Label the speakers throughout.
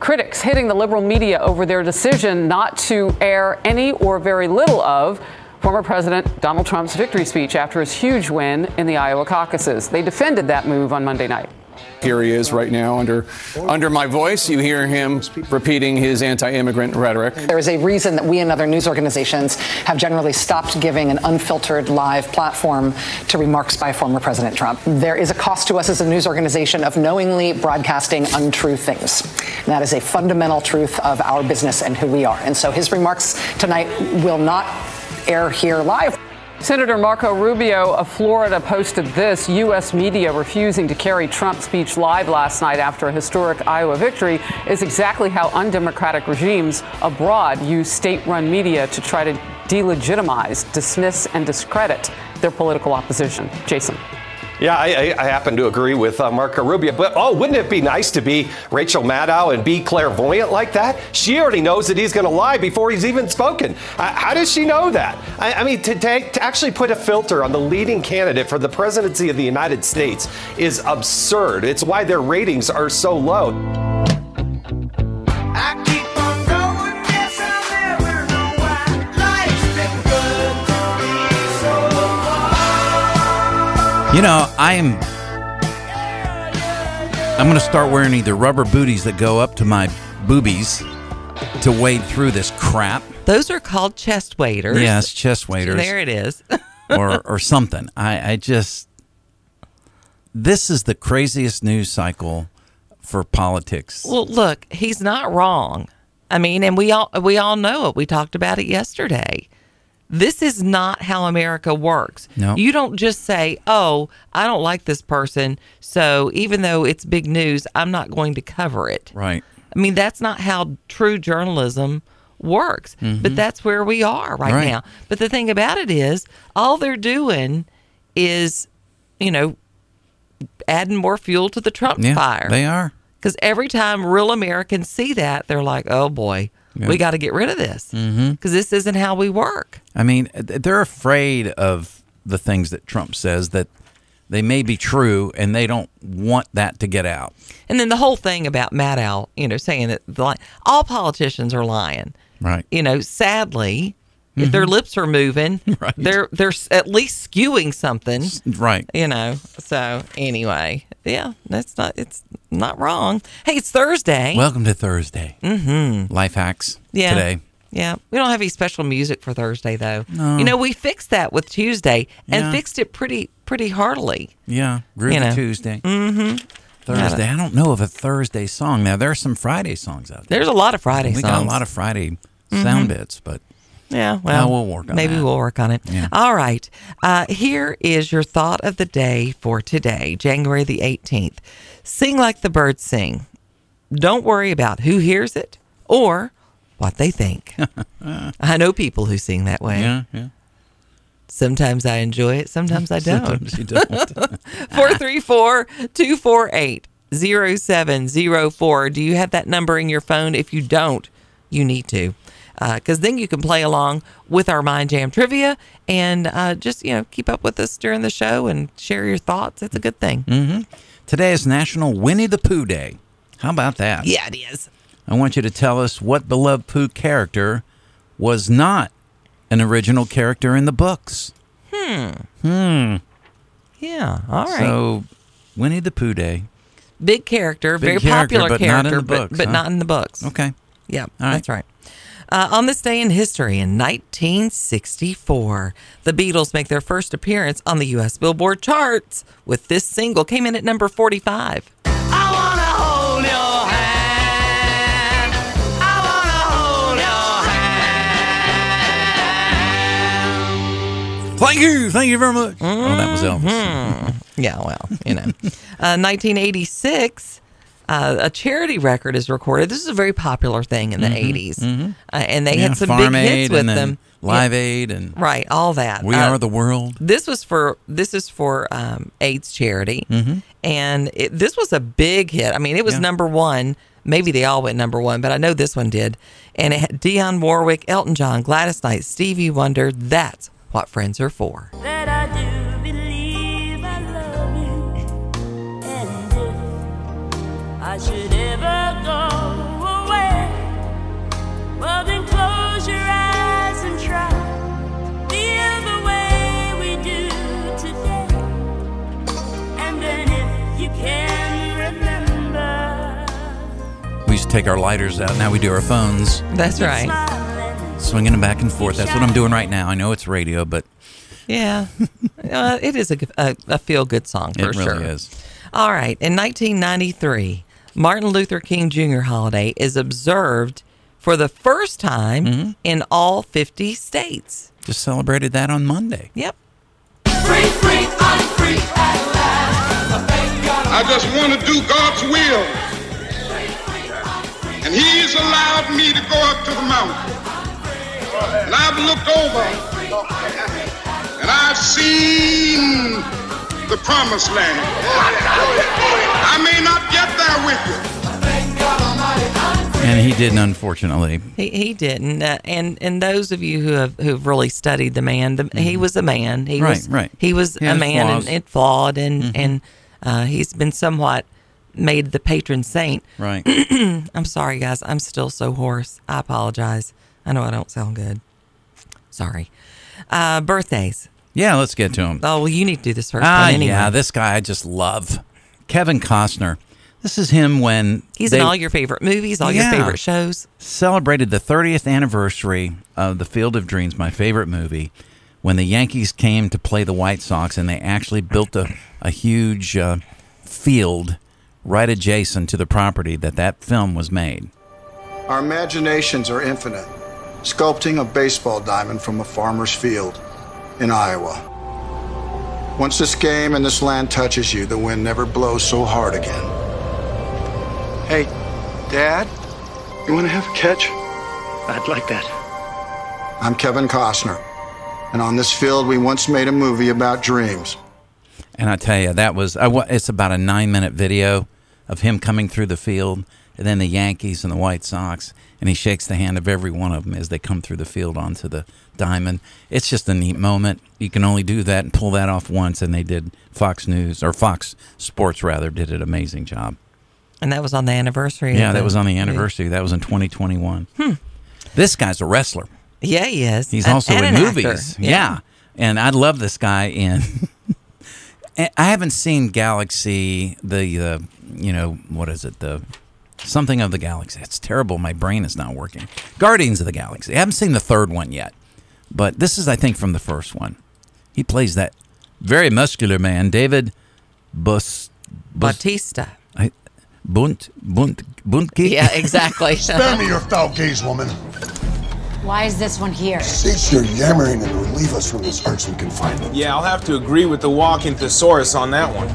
Speaker 1: Critics hitting the liberal media over their decision not to air any or very little of former President Donald Trump's victory speech after his huge win in the Iowa caucuses. They defended that move on Monday night.
Speaker 2: Here he is right now under under my voice. You hear him repeating his anti-immigrant rhetoric.
Speaker 3: There is a reason that we and other news organizations have generally stopped giving an unfiltered live platform to remarks by former President Trump. There is a cost to us as a news organization of knowingly broadcasting untrue things. And that is a fundamental truth of our business and who we are. And so his remarks tonight will not air here live.
Speaker 1: Senator Marco Rubio of Florida posted this U.S. media refusing to carry Trump's speech live last night after a historic Iowa victory is exactly how undemocratic regimes abroad use state run media to try to delegitimize, dismiss, and discredit their political opposition. Jason.
Speaker 4: Yeah, I, I, I happen to agree with uh, Marco Rubio, but oh, wouldn't it be nice to be Rachel Maddow and be clairvoyant like that? She already knows that he's going to lie before he's even spoken. Uh, how does she know that? I, I mean, to, take, to actually put a filter on the leading candidate for the presidency of the United States is absurd. It's why their ratings are so low.
Speaker 5: You know, I'm I'm going to start wearing either rubber booties that go up to my boobies to wade through this crap.
Speaker 6: Those are called chest waders.
Speaker 5: Yes, chest waders.
Speaker 6: There it is.
Speaker 5: or or something. I I just this is the craziest news cycle for politics.
Speaker 6: well, look, he's not wrong. I mean, and we all we all know it. We talked about it yesterday. This is not how America works.
Speaker 5: No.
Speaker 6: You don't just say, "Oh, I don't like this person, so even though it's big news, I'm not going to cover it."
Speaker 5: Right.
Speaker 6: I mean, that's not how true journalism works, but that's where we are right,
Speaker 5: Mm-hmm. Right.
Speaker 6: now. But the thing about it is, all they're doing is, you know, adding more fuel to the Trump
Speaker 5: Yeah.
Speaker 6: fire.
Speaker 5: They are.
Speaker 6: Because every time real Americans see that, they're like, oh boy, we got to get rid of this because
Speaker 5: Mm-hmm.
Speaker 6: this isn't how we work.
Speaker 5: I mean, th- they're afraid of the things that Trump says that they may be true and they don't want that to get out.
Speaker 6: And then the whole thing about Maddow, you know, saying that the, li- all politicians are lying.
Speaker 5: Right.
Speaker 6: You know, sadly, if their lips are moving,
Speaker 5: Mm-hmm. Right.
Speaker 6: they're they're s- at least skewing something.
Speaker 5: Right.
Speaker 6: You know. So anyway, yeah, that's not it's not wrong. Hey, it's Thursday.
Speaker 5: Welcome to Thursday. Mm-hmm. Life hacks
Speaker 6: yeah.
Speaker 5: today.
Speaker 6: Yeah, we don't have any special music for Thursday though. You know, we fixed that with Tuesday and
Speaker 5: Yeah.
Speaker 6: fixed it pretty pretty heartily.
Speaker 5: Yeah, Groovy
Speaker 6: You know.
Speaker 5: Tuesday. Mm-hmm. Thursday. I don't know of a Thursday song. Now there are some Friday songs out there.
Speaker 6: There's a lot of Friday
Speaker 5: we
Speaker 6: songs. Mm-hmm.
Speaker 5: got a lot of Friday sound bits, but
Speaker 6: Yeah, well,
Speaker 5: we'll work on
Speaker 6: maybe
Speaker 5: that.
Speaker 6: we'll work on it. All right. Uh, here is your thought of the day for today, January the 18th. Sing like the birds sing. Don't worry about who hears it or what they think. I know people who sing that way.
Speaker 5: yeah, yeah.
Speaker 6: Sometimes I enjoy it, sometimes I don't.
Speaker 5: Sometimes you don't.
Speaker 6: 434 248 0704. Do you have that number in your phone? If you don't, you need to. Because then you can play along with our Mind Jam trivia and uh, just, you know, keep up with us during the show and share your thoughts. It's a good thing.
Speaker 5: Mm-hmm. today is National Winnie the Pooh Day. How about that?
Speaker 6: Yeah, it is.
Speaker 5: I want you to tell us what beloved Pooh character was not an original character in the books.
Speaker 6: Yeah. All right.
Speaker 5: So, Winnie the Pooh Day.
Speaker 6: big character, very
Speaker 5: character,
Speaker 6: popular
Speaker 5: but not in
Speaker 6: character,
Speaker 5: the
Speaker 6: but,
Speaker 5: books,
Speaker 6: but
Speaker 5: huh?
Speaker 6: not in the books.
Speaker 5: Okay.
Speaker 6: Yeah,
Speaker 5: All right.
Speaker 6: that's right. Uh, on this day in history, in 1964, the Beatles make their first appearance on the U.S. Billboard charts with this single. Came in at number 45.
Speaker 5: Thank you. Thank you very much. Oh, that was
Speaker 6: Mm-hmm.
Speaker 5: Elvis.
Speaker 6: Yeah, well, you know. uh, 1986, uh, a charity record is recorded. This is a very popular thing in the 80s. Uh, and they
Speaker 5: Mm-hmm, Yeah,
Speaker 6: had some
Speaker 5: Farm
Speaker 6: big
Speaker 5: Aid
Speaker 6: hits with
Speaker 5: and then
Speaker 6: them.
Speaker 5: Live
Speaker 6: Yeah,
Speaker 5: Aid and
Speaker 6: Right, all that.
Speaker 5: We
Speaker 6: Uh,
Speaker 5: Are the World.
Speaker 6: this was for this is for um, AIDS charity, and it, this was a big hit. I mean, it was
Speaker 5: Mm-hmm. Yeah.
Speaker 6: number one. Maybe they all went number one, but I know this one did. And it had Dionne Warwick, Elton John, Gladys Knight, Stevie Wonder. That's what friends are for.
Speaker 7: that I do believe I love you. And if I should ever go you can remember.
Speaker 5: We used to take our lighters out. Now we do our phones,
Speaker 6: That's right.
Speaker 5: swinging them back and forth. That's what I'm doing right now. I know it's radio, but
Speaker 6: Yeah. Uh, it is a, a, a feel good song for
Speaker 5: it
Speaker 6: sure.
Speaker 5: really is.
Speaker 6: All right. In 1993, Martin Luther King Jr. holiday is observed for the first time
Speaker 5: Mm-hmm.
Speaker 6: in all 50 states.
Speaker 5: Just celebrated that on Monday.
Speaker 6: Yep.
Speaker 8: I just want to do God's will. And He's allowed me to go up to the mountain. And I've looked over and I've seen the promised land. I may not get there with you.
Speaker 5: And he didn't, unfortunately.
Speaker 6: He, he didn't, uh, and and those of you who have who've really studied the man, the, he was a man. He
Speaker 5: Mm-hmm. Right,
Speaker 6: was
Speaker 5: right.
Speaker 6: He was
Speaker 5: He
Speaker 6: a
Speaker 5: had
Speaker 6: man
Speaker 5: flaws. Mm-hmm.
Speaker 6: and, and flawed, and and uh, he's been somewhat made the patron saint.
Speaker 5: Right.
Speaker 6: I'm sorry, guys. I'm still so hoarse. I apologize. I know I don't sound good. Sorry. Uh, birthdays.
Speaker 5: yeah, let's get to him.
Speaker 6: Oh well, you need to do this first
Speaker 5: Ah,
Speaker 6: one anyway.
Speaker 5: yeah, this guy I just love. Kevin Costner. This is him when
Speaker 6: he's
Speaker 5: they
Speaker 6: in all your favorite movies, all
Speaker 5: Yeah.
Speaker 6: your favorite shows.
Speaker 5: celebrated the 30th anniversary of The Field of Dreams, my favorite movie, when the Yankees came to play the White Sox and they actually built a, a huge uh, field right adjacent to the property that that film was made.
Speaker 9: Our imaginations are infinite, sculpting a baseball diamond from a farmer's field in Iowa. Once this game and this land touches you, the wind never blows so hard again. Hey, Dad, you want to have a catch?
Speaker 10: I'd like that.
Speaker 9: I'm Kevin Costner, and on this field, we once made a movie about dreams.
Speaker 5: And I tell you, that was I, wa- it's about a nine minute video of him coming through the field, and then the Yankees and the White Sox, and he shakes the hand of every one of them as they come through the field onto the diamond. It's just a neat moment. You can only do that and pull that off once, and they did. Fox News or Fox Sports rather did an amazing job.
Speaker 6: And that was on the anniversary. of
Speaker 5: Yeah,
Speaker 6: the
Speaker 5: that was on the
Speaker 6: movie.
Speaker 5: anniversary. That was in 2021. This guy's a wrestler.
Speaker 6: Yeah, he is.
Speaker 5: He's
Speaker 6: And-
Speaker 5: also
Speaker 6: and
Speaker 5: in
Speaker 6: an actor.
Speaker 5: movies. Yeah. And I love this guy in and I haven't seen Galaxy the uh, you know, what is it? The something of the galaxy. It's terrible. My brain is not working. Guardians of the Galaxy. I haven't seen the third one yet. But this is I think from the first one. He plays that very muscular man, David Bus Bus
Speaker 6: Batista.
Speaker 5: I, Bunt Bunt Buntke.
Speaker 6: Yeah, exactly.
Speaker 11: Spare me your foul gaze, woman.
Speaker 12: Why is this one here?
Speaker 11: Cease your yammering and relieve us from this arts and confinement.
Speaker 10: Yeah, I'll have to agree with the walking thesaurus on that one.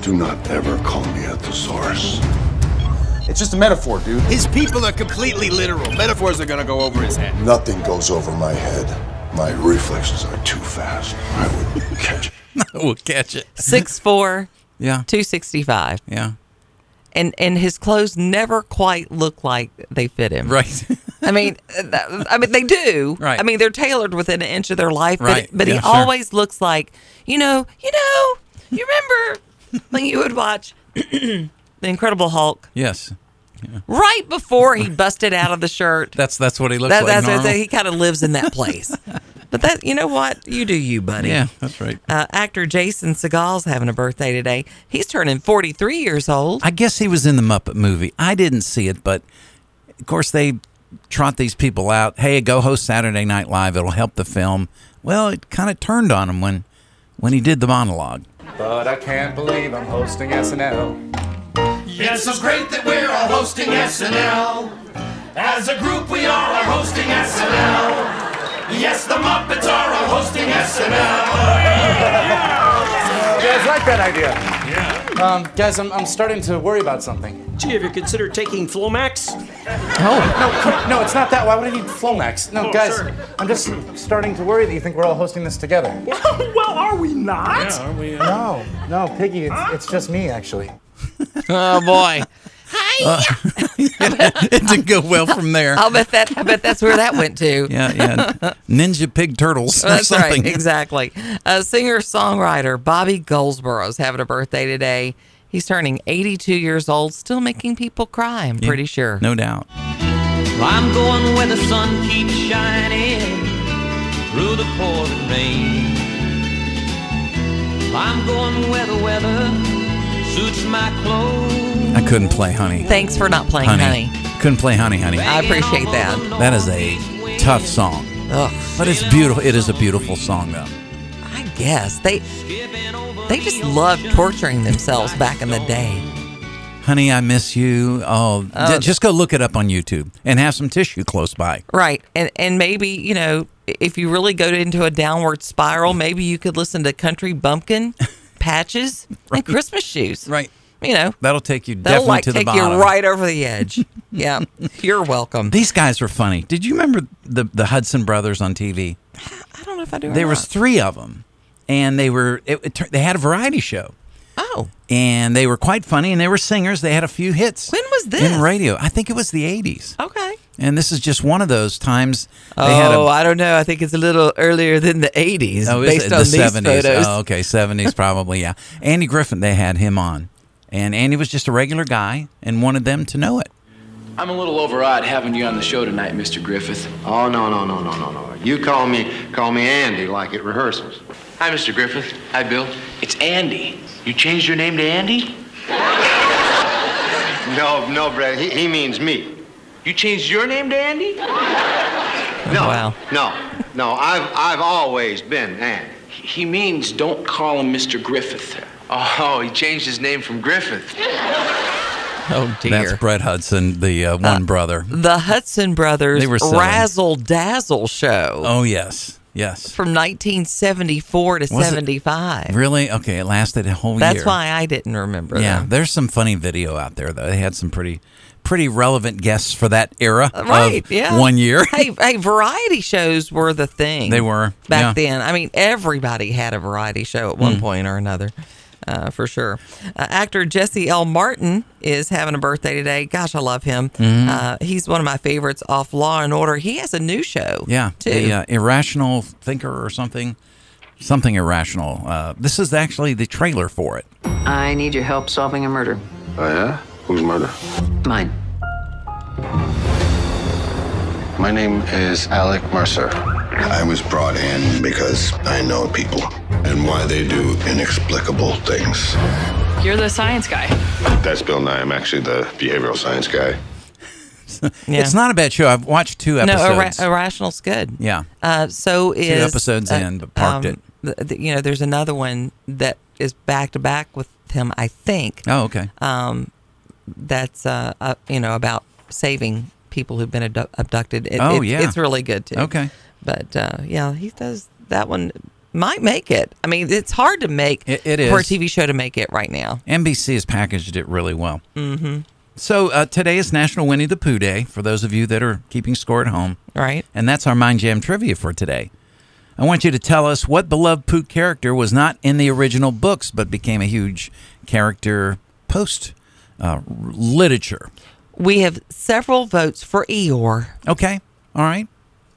Speaker 11: Do not ever call me a thesaurus.
Speaker 10: It's just a metaphor, dude. His people are completely literal. Metaphors are gonna go over his head.
Speaker 11: Nothing goes over my head. My reflexes are too fast. I would catch it.
Speaker 5: we'll catch it.
Speaker 6: Six four,
Speaker 5: Yeah.
Speaker 6: two sixty five,
Speaker 5: Yeah.
Speaker 6: and and his clothes never quite look like they fit him.
Speaker 5: Right.
Speaker 6: I mean, uh, th- I mean they do.
Speaker 5: Right.
Speaker 6: I mean they're tailored within an inch of their life. But,
Speaker 5: Right.
Speaker 6: but he
Speaker 5: Yeah, sure.
Speaker 6: always looks like you know, you know, you remember when you would watch the Incredible Hulk
Speaker 5: yes.
Speaker 6: right before he busted out of the shirt.
Speaker 5: That's that's what he looks
Speaker 6: That-
Speaker 5: like.
Speaker 6: that's what
Speaker 5: normal.
Speaker 6: I say, he kind of lives in that place. but that you know what you do, you buddy.
Speaker 5: yeah, that's right.
Speaker 6: Uh, actor Jason Segal's having a birthday today. He's turning 43 years old.
Speaker 5: I guess he was in the Muppet movie. I didn't see it, but of course they trot these people out. Hey, go host Saturday Night Live. It'll help the film. Well, it kind of turned on him when when he did the monologue.
Speaker 2: But I can't believe I'm hosting SNL.
Speaker 10: It's so great that we're all hosting SNL. As a group, we all are hosting SNL. Yes, the Muppets are all hosting SNL.
Speaker 2: You guys like that idea?
Speaker 10: Um, Guys, I'm, I'm starting to worry about something.
Speaker 12: Gee, have you considered taking Flomax?
Speaker 10: No, it's not that. Why would I need Flomax?
Speaker 12: Oh,
Speaker 10: No, guys, I'm just starting to worry that you think we're all hosting this together.
Speaker 12: well, are we uh? not?
Speaker 10: No, no, Piggy, it's, it's just me, actually.
Speaker 6: Oh boy. Hi.
Speaker 5: it didn't go well from there.
Speaker 6: I'll bet that I bet that's where that went to.
Speaker 5: Yeah, yeah. Ninja Pig Turtles or
Speaker 6: That's
Speaker 5: something.
Speaker 6: right, exactly. Uh, Singer songwriter Bobby Goldsborough's having a birthday today. He's turning 82 years old, still making people cry. I'm pretty sure.
Speaker 5: No doubt.
Speaker 10: I'm going where the sun keeps shining through the pouring rain. I'm going where the weather suits my clothes.
Speaker 5: I couldn't play Honey.
Speaker 6: Thanks for not playing
Speaker 5: Couldn't play Honey Honey.
Speaker 6: I appreciate that.
Speaker 5: That is a tough song. But it's beautiful. It is a beautiful song, though.
Speaker 6: I guess they they just loved torturing themselves back in the day.
Speaker 5: Honey, I miss you. Oh, d-
Speaker 6: Oh.
Speaker 5: just go look it up on YouTube and have some tissue close by.
Speaker 6: Right. And and maybe, you know, if you really go into a downward spiral, maybe you could listen to Country Bumpkin, Patches, and Christmas Shoes.
Speaker 5: Right.
Speaker 6: You know,
Speaker 5: That'll take you
Speaker 6: they'll
Speaker 5: definitely
Speaker 6: like
Speaker 5: to the
Speaker 6: take you
Speaker 5: bottom.
Speaker 6: right over the edge. yeah. You're welcome.
Speaker 5: These guys were funny. Did you remember the the Hudson brothers on TV?
Speaker 6: I don't know if I do. or
Speaker 5: There was
Speaker 6: not.
Speaker 5: three of them, and they were it, it, tur- they had a variety show.
Speaker 6: Oh.
Speaker 5: and they were quite funny, and they were singers. They had a few hits.
Speaker 6: When was this?
Speaker 5: in radio? I think it was the '80s.
Speaker 6: Okay.
Speaker 5: And this is just one of those times. They had
Speaker 6: Oh,
Speaker 5: a,
Speaker 6: I I don't know. I think it's a little earlier than the 80s
Speaker 5: Oh, is
Speaker 6: based
Speaker 5: it?
Speaker 6: on
Speaker 5: the
Speaker 6: these
Speaker 5: 70s.
Speaker 6: photos.
Speaker 5: Oh, okay, 70s probably, yeah. Andy Griffin, they had him on. And Andy was just a regular guy and wanted them to know it.
Speaker 13: I'm a little overawed having you on the show tonight, Mr. Griffith.
Speaker 14: Oh, no, no, no, no, no, no. You call me, call me Andy like at rehearsals.
Speaker 13: Hi, Mr. Griffith. Hi, Bill. It's Andy. You changed your name to Andy?
Speaker 14: No, no, Brad, he, he means me.
Speaker 13: You changed your name to Andy?
Speaker 14: No, no, no, I've, I've always been Andy.
Speaker 13: He means don't call him Mr. Griffith. Oh, he changed his name from Griffith.
Speaker 6: Oh dear.
Speaker 5: That's Brett Hudson, the uh, one brother.
Speaker 6: The Hudson Brothers
Speaker 5: They were selling-
Speaker 6: Razzle Dazzle Show.
Speaker 5: Oh yes, yes.
Speaker 6: From 1974 to
Speaker 5: Was it-
Speaker 6: 75.
Speaker 5: Really? Okay, it lasted a whole
Speaker 6: That's
Speaker 5: year.
Speaker 6: why I didn't remember
Speaker 5: Yeah,
Speaker 6: them.
Speaker 5: there's some funny video out there though. They had some pretty pretty relevant guests for that era. of
Speaker 6: Uh, Right, yeah.
Speaker 5: One year.
Speaker 6: hey, hey, variety shows were the thing.
Speaker 5: They were,
Speaker 6: Back
Speaker 5: yeah.
Speaker 6: then. I mean, everybody had a variety show at one
Speaker 5: Mm.
Speaker 6: point or another, uh, for sure. Uh, actor Jesse L. Martin is having a birthday today. Gosh, I love him.
Speaker 5: Mhm.
Speaker 6: Uh, he's one of my favorites off Law and Order. He has a new show.
Speaker 5: Yeah,
Speaker 6: too.
Speaker 5: a uh, irrational thinker or something, something irrational. Uh, this is actually the trailer for it.
Speaker 15: I need your help solving a murder.
Speaker 11: Oh, yeah? Whose murder?
Speaker 15: Mine.
Speaker 11: My name is Alec Mercer. I was brought in because I know people and why they do inexplicable things.
Speaker 15: You're the science guy.
Speaker 11: That's Bill Nye. I'm actually the behavioral science guy.
Speaker 5: It's not a bad show. I've watched two
Speaker 6: No,
Speaker 5: episodes.
Speaker 6: irra- irrational's good.
Speaker 5: Yeah.
Speaker 6: Uh, so is uh, um,
Speaker 5: episodes in, but parked it.
Speaker 6: th- th- you know, there's another one that is back to back with him. I think.
Speaker 5: Oh, okay.
Speaker 6: Um, that's uh, uh, you know, about saving people who've been abdu- abducted. It,
Speaker 5: Oh,
Speaker 6: it's-
Speaker 5: yeah.
Speaker 6: it's really good too.
Speaker 5: Okay.
Speaker 6: but uh, yeah, he does that one. Might make it. I mean, it's hard to make
Speaker 5: It- it is.
Speaker 6: for a TV show to make it right now.
Speaker 5: NBC has packaged it really well.
Speaker 6: Mm-hmm.
Speaker 5: So uh, today is National Winnie the Pooh Day for those of you that are keeping score at home.
Speaker 6: Right.
Speaker 5: And that's our Mind Jam trivia for today. I want you to tell us what beloved Pooh character was not in the original books but became a huge character post uh, literature.
Speaker 6: We have several votes for Eeyore.
Speaker 5: Okay. All right.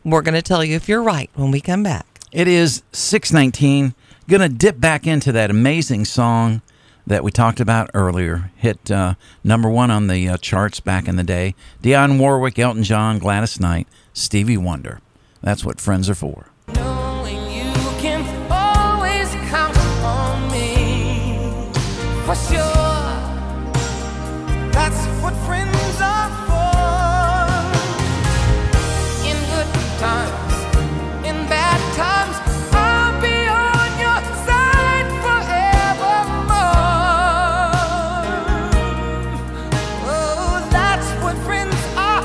Speaker 6: We're going to tell you if you're right when we come back.
Speaker 5: It is 619. Gonna dip back into that amazing song that we talked about earlier. Hit uh, number one on the uh, charts back in the day. Dionne Warwick, Elton John, Gladys Knight, Stevie Wonder. That's what friends are for.
Speaker 10: You can always count on me for sure. That's what friends are for. In good times, in bad times, I'll be on your side forevermore. Oh, that's what friends are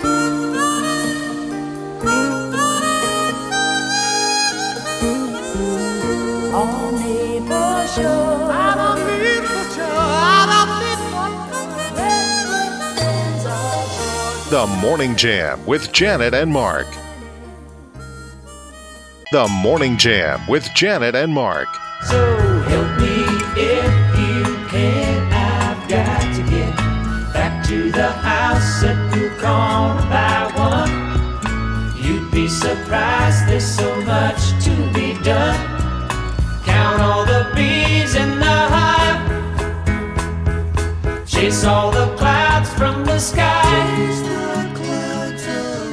Speaker 10: for.
Speaker 7: On the bush,
Speaker 10: I'm a fit for joy. I'm a fit
Speaker 16: The Morning Jam with Janet and Mark. The Morning Jam with Janet and Mark.
Speaker 10: So help me if you can. I've got to get back to the house at the corner by one. You'd be surprised, there's so much to be done. Count all the bees in the hive, chase all the clouds from the sky.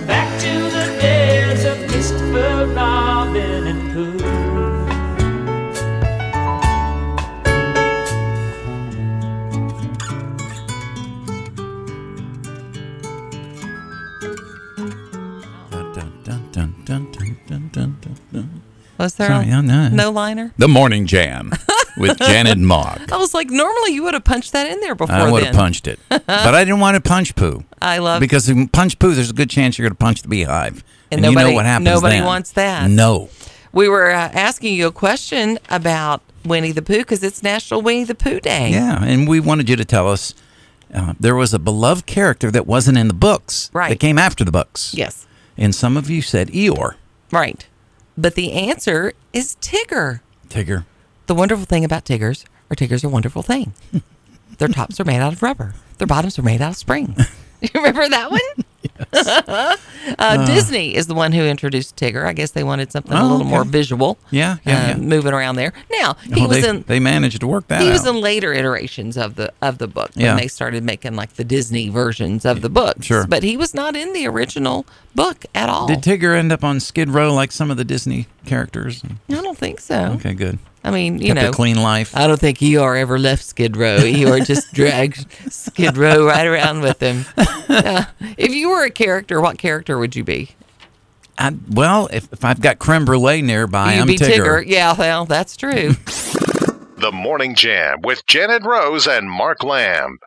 Speaker 10: Back to the days of Christopher Robin.
Speaker 6: Was there
Speaker 5: Sorry,
Speaker 6: a,
Speaker 5: oh, no.
Speaker 6: no liner?
Speaker 5: The Morning Jam with Janet Mock.
Speaker 6: I was like, normally you would have punched that in there before.
Speaker 5: I would
Speaker 6: then.
Speaker 5: have punched it, but I didn't want to punch poo.
Speaker 6: I love-
Speaker 5: because in punch poo. There's a good chance you're going to punch the beehive, and,
Speaker 6: And
Speaker 5: you
Speaker 6: nobody-
Speaker 5: know what happens.
Speaker 6: nobody
Speaker 5: then.
Speaker 6: wants that.
Speaker 5: No,
Speaker 6: We were uh, asking you a question about Winnie the Pooh because it's National Winnie the Pooh Day.
Speaker 5: yeah, and we wanted you to tell us uh, there was a beloved character that wasn't in the books,
Speaker 6: Right.
Speaker 5: That came after the books.
Speaker 6: Yes.
Speaker 5: and some of you said Eeyore,
Speaker 6: Right. But the answer is Tigger.
Speaker 5: Tigger.
Speaker 6: The wonderful thing about Tiggers are Tiggers are a wonderful thing. Their tops are made out of rubber. Their bottoms are made out of spring. You remember that one? uh, Disney is the one who introduced Tigger. I guess they wanted something a
Speaker 5: Oh,
Speaker 6: little more
Speaker 5: okay.
Speaker 6: visual.
Speaker 5: Yeah, yeah,
Speaker 6: uh,
Speaker 5: yeah.
Speaker 6: Moving around there. Now he
Speaker 5: Well,
Speaker 6: was
Speaker 5: they,
Speaker 6: in.
Speaker 5: they managed to work that
Speaker 6: he
Speaker 5: out.
Speaker 6: was in later iterations of the of the book when
Speaker 5: Yeah.
Speaker 6: they started making like the Disney versions of the books.
Speaker 5: Sure.
Speaker 6: but he was not in the original book at all.
Speaker 5: Did Tigger end up on Skid Row like some of the Disney characters?
Speaker 6: I don't think so.
Speaker 5: Okay, good.
Speaker 6: I mean, you
Speaker 5: Kept
Speaker 6: know, Uh,
Speaker 5: a clean life.
Speaker 6: I don't think Eeyore ever left Skid Row. Eeyore just dragged Skid Row right around with him. Uh, if you were a character, what character would you be?
Speaker 5: I, well, if, if I've got creme brulee nearby,
Speaker 6: You'd
Speaker 5: I'm
Speaker 6: be
Speaker 5: Tigger.
Speaker 6: Yeah, well, that's true.
Speaker 16: The Morning Jam with Janet Rose and Mark Lamb.